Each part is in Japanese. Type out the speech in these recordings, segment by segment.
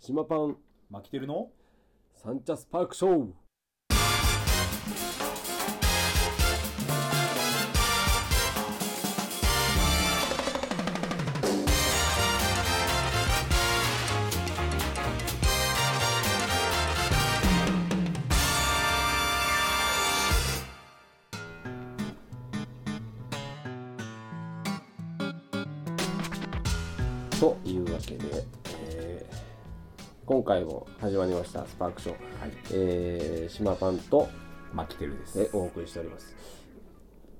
島パン、マキテルのサンチャスパークショー。というわけで、えー今回も始まりましたスパークショー、はいえー、島パンとマキテルでえすお送りしております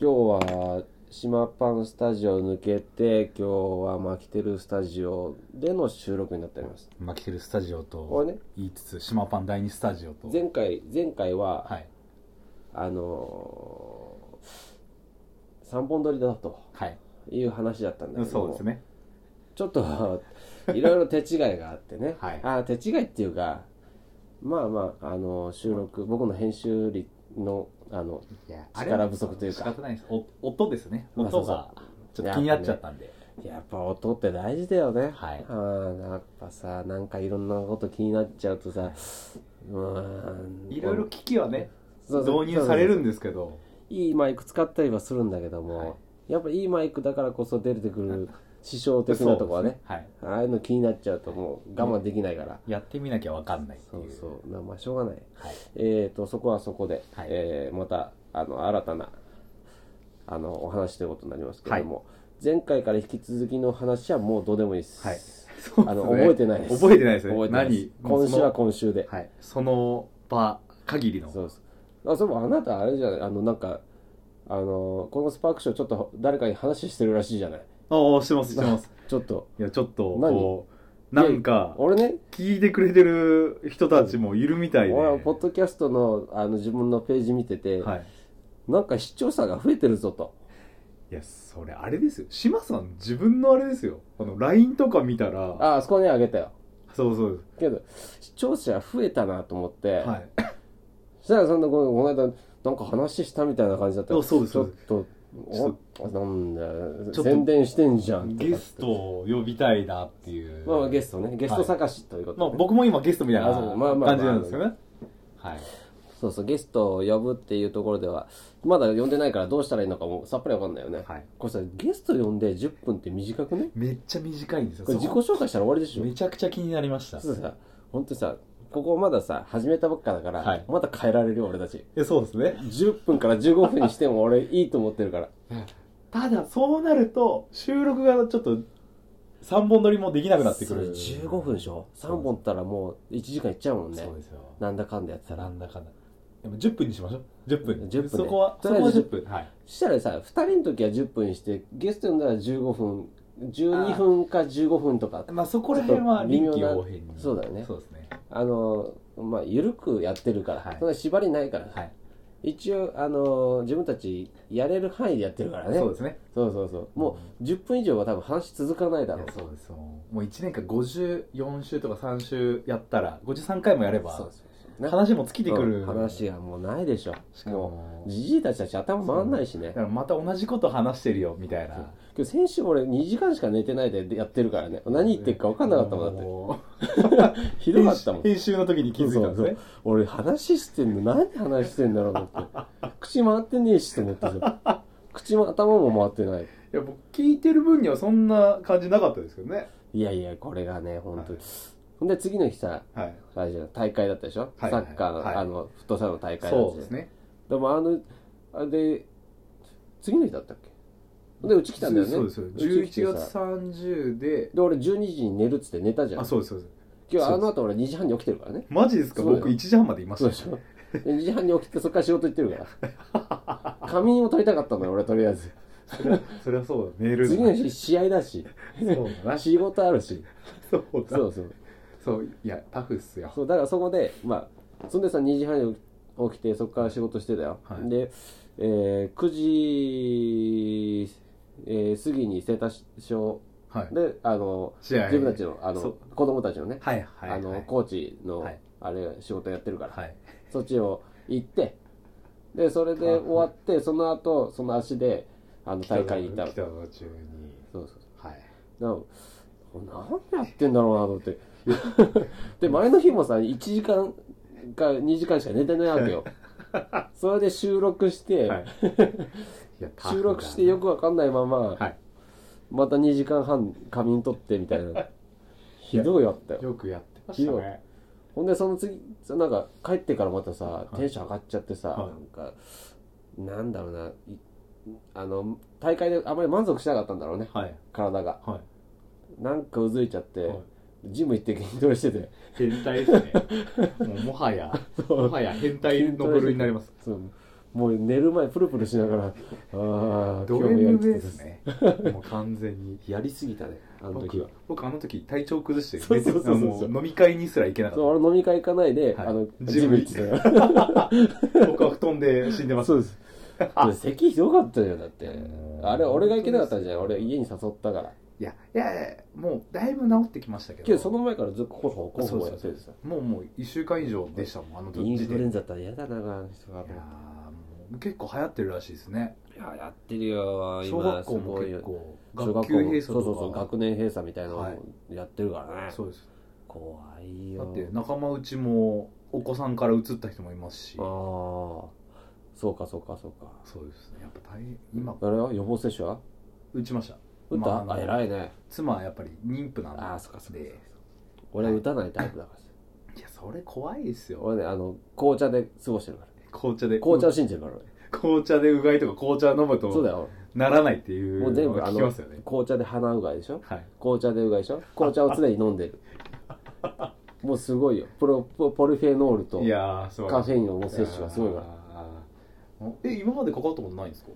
今日は島パンスタジオ抜けて今日はマキテルスタジオでの収録になっておりますマキテルスタジオことれね言いつつ島パン第2スタジオと前回前回は、はいあのー、3本撮りだとはいいう話だったんだけどもそうですねちょっと いろいろ手違いがあってね、はいあー手違いっていうかまあまああの収録僕の編集率のあのいや力不足というか仕方ないですお音ですねまあ音がちょっと気になっちゃったんでやっぱ音って大事だよね、はいあーやっぱさなんかいろんなこと気になっちゃうとさうーんいろいろ機器はねそうそう導入されるんですけどいいマイク使ったりはするんだけども、はいやっぱいいマイクだからこそ出てくる師匠的なとこはねそうですはいああいうの気になっちゃうともう我慢できないから、やってみなきゃわかんないってそいううそうなまあしょうがない、はいえー、とそこはそこで、はいえーまたあの新たなあのお話ということになりますけれども、前回から引き続きの話はもうどうでもいいです、はいそうですねあの覚えてないです覚えてないですね覚えてないです何もう今その週は今週で、はいその場限りのそうですあそういえばあなたあれじゃないあのなんかあのこのスパークショーちょっと誰かに話してるらしいじゃないああしてますし てますちょっといやちょっとこうなんか俺ね聞いてくれてる人たちもいるみたいで、俺はポッドキャストのあの自分のページ見てて、はい、なんか視聴者が増えてるぞといやそれあれですよ島さん自分のあれですよあの LINE とか見たらああそこにあげたよそうそうけど視聴者増えたなと思って、ですはいそしたらそんなこのこの間なんか話したみたいな感じだったあそうですちょっとですおなんだよちょっと宣伝してんじゃんとかゲストを呼びたいなっていうまあまあゲストねゲスト探しということでまあね、僕も今ゲストみたいなあそうまあまあまあ感じなんですよねはいそうそうゲストを呼ぶっていうところではまだ呼んでないからどうしたらいいのかもさっぱりわかんないよね、はいこれさゲスト呼んで10分って短くねめっちゃ短いんですよこれ自己そこ紹介したら終わりでしょめちゃくちゃ気になりましたそうさ本当にさここまださ始めたばっかだから、はいまだ変えられるよ俺たちえそうですね10分から15分にしても俺いいと思ってるからただそうなると収録がちょっと3本撮りもできなくなってくそるれ15分でしょ3本ったらもう1時間いっちゃうもんねそうですよなんだかんだやってたならんだかんだでも10分にしましょう10分10分ねそこはとそりあえこはず10分はいそしたらさ2人の時は10分にしてゲスト呼んだら15分12分か15分とかまあそこら辺は臨機ちょっと応微妙変なにそうだよねそうですねあのまあ緩くやってるから、はいそんな縛りないから、はい一応あの自分たちやれる範囲でやってるからねそうですねそうそうそうもう10分以上は多分話続かないだいろうやそうですよもう1年間54週とか3週やったら53回もやればそうそうそうね話も尽きてくるうん話がもうないでしょしかももうじじいたちたち頭回んないしねだからまた同じこと話してるよみたいな今日先週俺2時間しか寝てないでやってるからね何言ってるか分かんなかったもんだってってひどかったもん編集の時に 気づいたんですそうそうねそう俺話してんの何話してんだろうと 思って口回ってねえしと思ってさ口も頭も回ってないいや僕聞いてる分にはそんな感じなかったですけどねいやいやこれがね本当に、はほんで次の日さはいあれじゃん大会だったでしょ、はいはいサッカーの、はいあのフットサルの大会だったじゃんそうですねでもあのあれで次の日だったっけでうち来たんだよねそうですようち来て11さ月30でで俺12時に寝るっつって寝たじゃあんそうですそうです今日そうあですの後俺2時半に起きてるからねマジですかそうだよ僕1時半までいましそうたでしょ2時半に起きてそっから仕事行ってる から仮眠を取りたかったのよ俺とりあえずそれはそれはそうだメール次の日試合だしそうだな仕事あるしそうだそうそうそういやタフっすよそうだからそこでまあそんでさ2時半に起きてそっから仕事してたよ、はいで、えー9時、えー過ぎに生田小はいであの試合自分たちのあそのう子供たちのね、はいはいあのはいコーチの、はいあれ仕事やってるから、はいそっちを行ってでそれで終わってその後その足であの大会に行ったの北の中にそうそうはいだから何やってんだろうなと思ってで、前の日もさ、1時間か2時間しか寝てないわけよ。それで収録して、 はいいやタ収フだな録してよくわかんないまま、はいまた2時間半仮眠取ってみたいな。ひどいあったよ。よくやってましたねほんで、その次、そなんか、帰ってからまたさ、いテンション上がっちゃってさ、はいなんか、なんだろうな、いあの、大会であまり満足しなかったんだろうね、はい体が。はなんかうずいちゃって、い、はいジム行って筋トレして て、変態ですねもうもはやもはや変態の部類になりますそうもう寝る前プルプルしながら、ああ、ドも M てですねもう完全にやりすぎたね、あの時は僕。僕あの時体調崩してそうそうそうそう熱も飲み会にすら行けなかそう、っ俺飲み会行かないで、はいあの、ジジムム行行っっててたたよ。た僕は布団で死んでますそうです。で咳ひどかったよ、だって。あれ、俺が行けなかったんじゃない俺、家に誘ったから。いやいやいやもうだいぶ治ってきましたけどけど、その前からずっと候補、候あそう補そうやっててさ。もうもう1週間以上でしたもんあのイン時フでルエいンザだったら嫌だな、あの人がや。ーもう結構流行ってるらしいですねいや、やってるよ、小学校もすご結いよ構小学学級校も閉鎖とそかうそうそう、学年閉鎖みたいなのはいをやってるからね。そうです怖いだよ。って仲間内もお子さんから移った人もいますしああ、そうか、そうか、そうか。そうですねやっぱ大変今あれは予防接種は打ちました打っまああたのあ、偉いね。妻はやっぱり妊婦なんでああ、そうか、そうかそうかで。俺は打たないタイプだからさ。いやそれ怖いですよ俺ね、あの、紅茶で過ごしてるから。紅茶で紅茶を信じてるから俺。紅茶でうがいとか紅茶飲むそうだとよ。ならないっていうもう全部のが聞きますよね紅茶で鼻うがいでしょはい紅茶でうがいでしょ紅茶を常に飲んでる。もうすごいよ。プロポポリフェノールといやーすごいカフェインをの摂取がすごいから。あーえ今までかかったことないんですか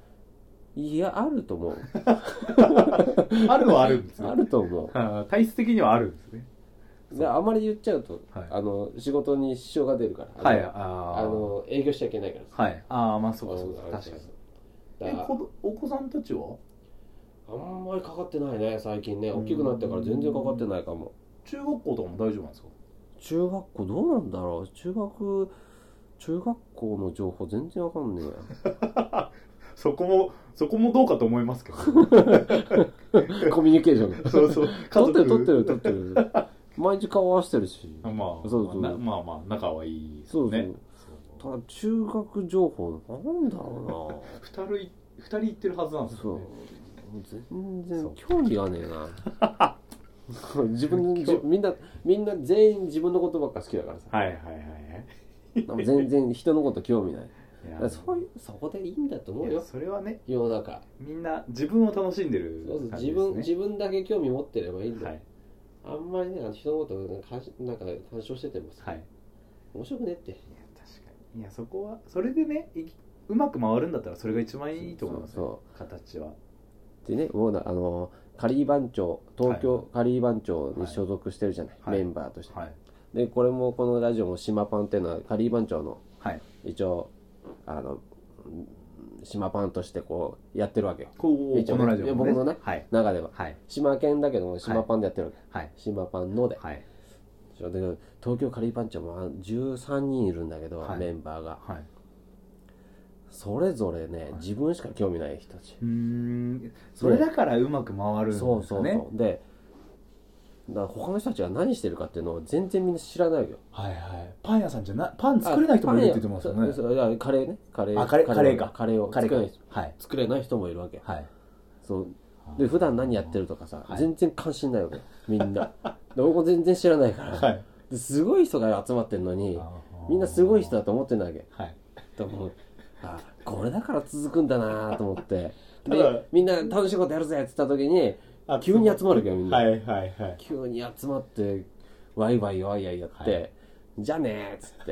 いや、あると思う。あるはあるんですあよると思あー体質的にはあるんですねう。で、あまり言っちゃうと、はいあの、仕事に支障が出るから。はいああーの、あの営業しちゃいけないからさ。はいああまあそうかそうあのか確かに。だえからこお子さんたちはあんまりかかってないね、最近ね。大きくなってから全然かかってないかも。中学校とかも大丈夫なんですか中学校どうなんだろう中学中学校の情報全然わかんねえやそこもそこもどうかと思いますけど コミュニケーションそうそう 取ってる取ってる取ってる毎日顔合わせてるしまあそうそうまあなまあまあ仲はいいですそうそう、ねただ中学情報なんだろ二人い二人行ってるはずなんうでなすよそう全ねそ然う興味がねえな 自分じみんなみんな全員自分のことばっか好きだからさはいはいはい全然人のこと興味ないいだやからそういうそこでいいんだと思ういやよそれはね世の中みんな自分を楽しんでるそうそう感じ自です分自分だけ興味持ってればいいんだよ、はいあんまりねあの人のことをね干しなんか干渉しててもさはいいや面白くねって確かにいやそこはそれでねいきうまく回るんだったらそれが一番いいと思いますよそ形はでねもうなあのカリー番長東京カリー番長に所属してるじゃない、はいメンバーとして、はいでこれもこのラジオも「島パン」っていうのはカリー番長のはい一応あのうん島パンとしてこうやってるわけよこう一応ねこのラジオもいや僕のねはい中でははい島県だけども島パンでやってるわけ、はい島パンのではいそうで東京カリー番長もあ13人いるんだけど、はいメンバーがはいそれぞれね、自分しか興味ない人たちうーんそれだからうまく回るんですそうそようねそうでだから他の人たちが何してるかっていうのを全然みんな知らないわけよはいはいパン屋さんじゃなパン作れない人もいるって言ってますよあパン屋ねそうそういやカレーねカレーあカレーカレーはかカレーを彼作がれない人はい作れない人もいるわけはいそうで普段何やってるとかさ、はい全然関心 ないわけみんなで僕も全然知らないから、はいですごい人が集まってるのにみんなすごい人だと思ってないわけはいと思うあこれだから続くんだなと思ってただでみんな楽しいことやるぜって言った時にあ急に集まるわけよみんな、はいはいはい急に集まってワイワイワイワイやって、はじゃあねーっつっ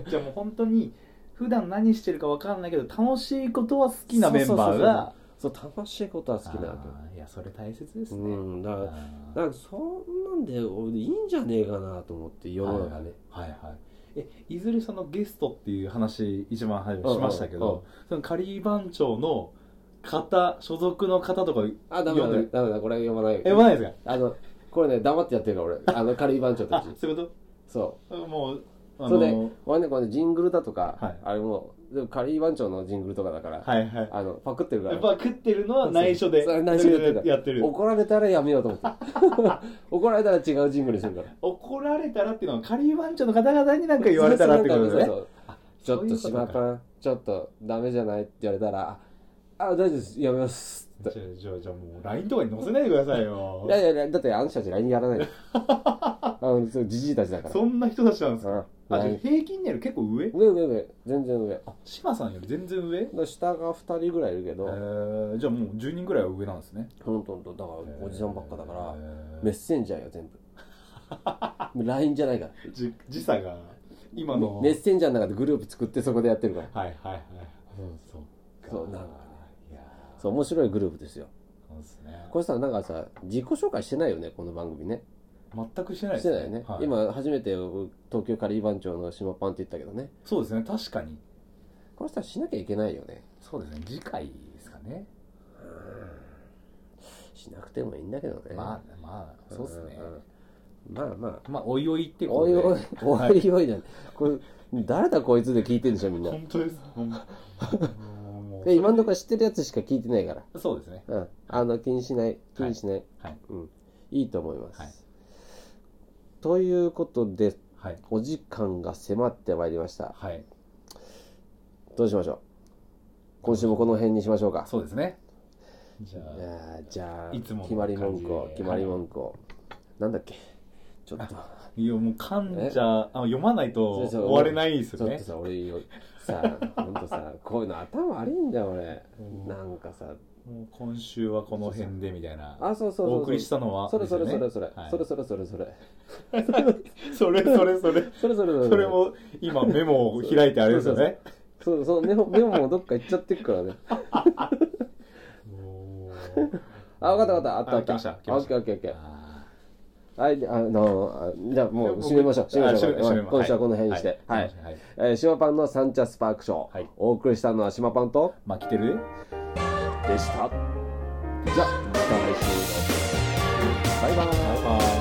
てじゃあもう本当に普段何してるか分かんないけど楽しいことは好きなメンバーがそう楽しいことは好きなわけよあーいやそれ大切ですうねんだからあだからそんなんで俺いいんじゃねえかなと思ってー世の中ねはいはいえいずれそのゲストっていう話一番初めにしましたけうんうんうんどその仮番長の方所属の方とかあダメだ読んでるダメだこれ読まないえまないですかあのこれね黙ってやってる から俺あのカリー番長たあちそういうこそともううあそれでの俺ねこれねジングルだとか、はいあれもでもカリー番長のジングルとかだから、はいはい。あの、パクってるかやらっ。ぱ食ってるのは内緒で。そう内緒でやってる。怒られたらやめようと思って。 怒られたら違うジングルにするから。怒られたらっていうのは、カリー番長の方々になんか言われたらってことですね。そうそうあちょっと島パン、ちょっとダメじゃないって言われたら、あ、あ大丈夫です、やめますって。じゃあ、じゃあ、じゃあもう LINE とかに載せないでくださいよい。やいやいや、だってあの人たち LINE やら ない。あの、そうじじいたちだから。そんな人たちなんですかう。ん。あ、じゃあ LINE 平均年より結構上上上上、全然上。あ、島さんより全然上だ下が2人ぐらいいるけえど、ー、じゃあもう10人ぐらいは上なんですね。ほんとほんと、だからおじさんばっかだから、えーメッセンジャーよ、全部。 もう LINE じゃないから。じ時差が、今の。メッセンジャーの中でグループ作ってそこでやってるから。はいはいはい。そっか。そうなんかねいやーそう、面白いグループですよ。そうですね。これさ、なんかさ、自己紹介してないよね、この番組ね。全くしてないでしすてないよね。はい今、初めて東京カリー番長の島パンって言ったけどね。そうですね、確かに。これさ、しなきゃいけないよね。そうですね、次回ですかね。しなくてもいいんだけどね。まあ、まあ、そうですね。うん。まあままあ、おいおいってあ、こおとで。いおい、おいおいじゃん。これ、誰だこいつで聞いてんでしょ、みんな。本当です。ほんもで今のところ知ってるやつしか聞いてないから。う そうですね。うん。あの、気にしない。気にしない。はい。うん。いいと思います。はいということで、はい。お時間が迫ってまいりました。はい。どうしましょう今週もこの辺にしましょうか。そうですね。じゃいやあ、ーじゃあ、いつもの決まり文句感を、じで決まり文句を。なんだっけちょっと、いや、もう噛んじゃ、あ読まないと終われないですちょよっねと。さ、俺よ、さ、ほんとさ、こういうの頭悪いんだよ、俺うん。なんかさ、もう今週はこの辺でみたいな。あ、そうそうそうそう。お送りしたのは、それそれそれですそよれね、はいそれそれそれそれ。それそれそれ。それそれそれ。それ。も今メモを開いてあれですよね。そうそう、メモ、メモもどっか行っちゃってっから ね。 あ、わかったわかった。あったあった。あ来ました来あオまッしケたーオッケーオッケー。あはい、であの、あじゃあもう締めましょう。締めましょう。あ締め締めます今週はこの辺にして。ははいい。えー、島パンのサンチャスパークショー。はいお送りしたのは島パンと、ーまあ来てるでした。じゃあ、また来週。バイバーイ。バイバイ。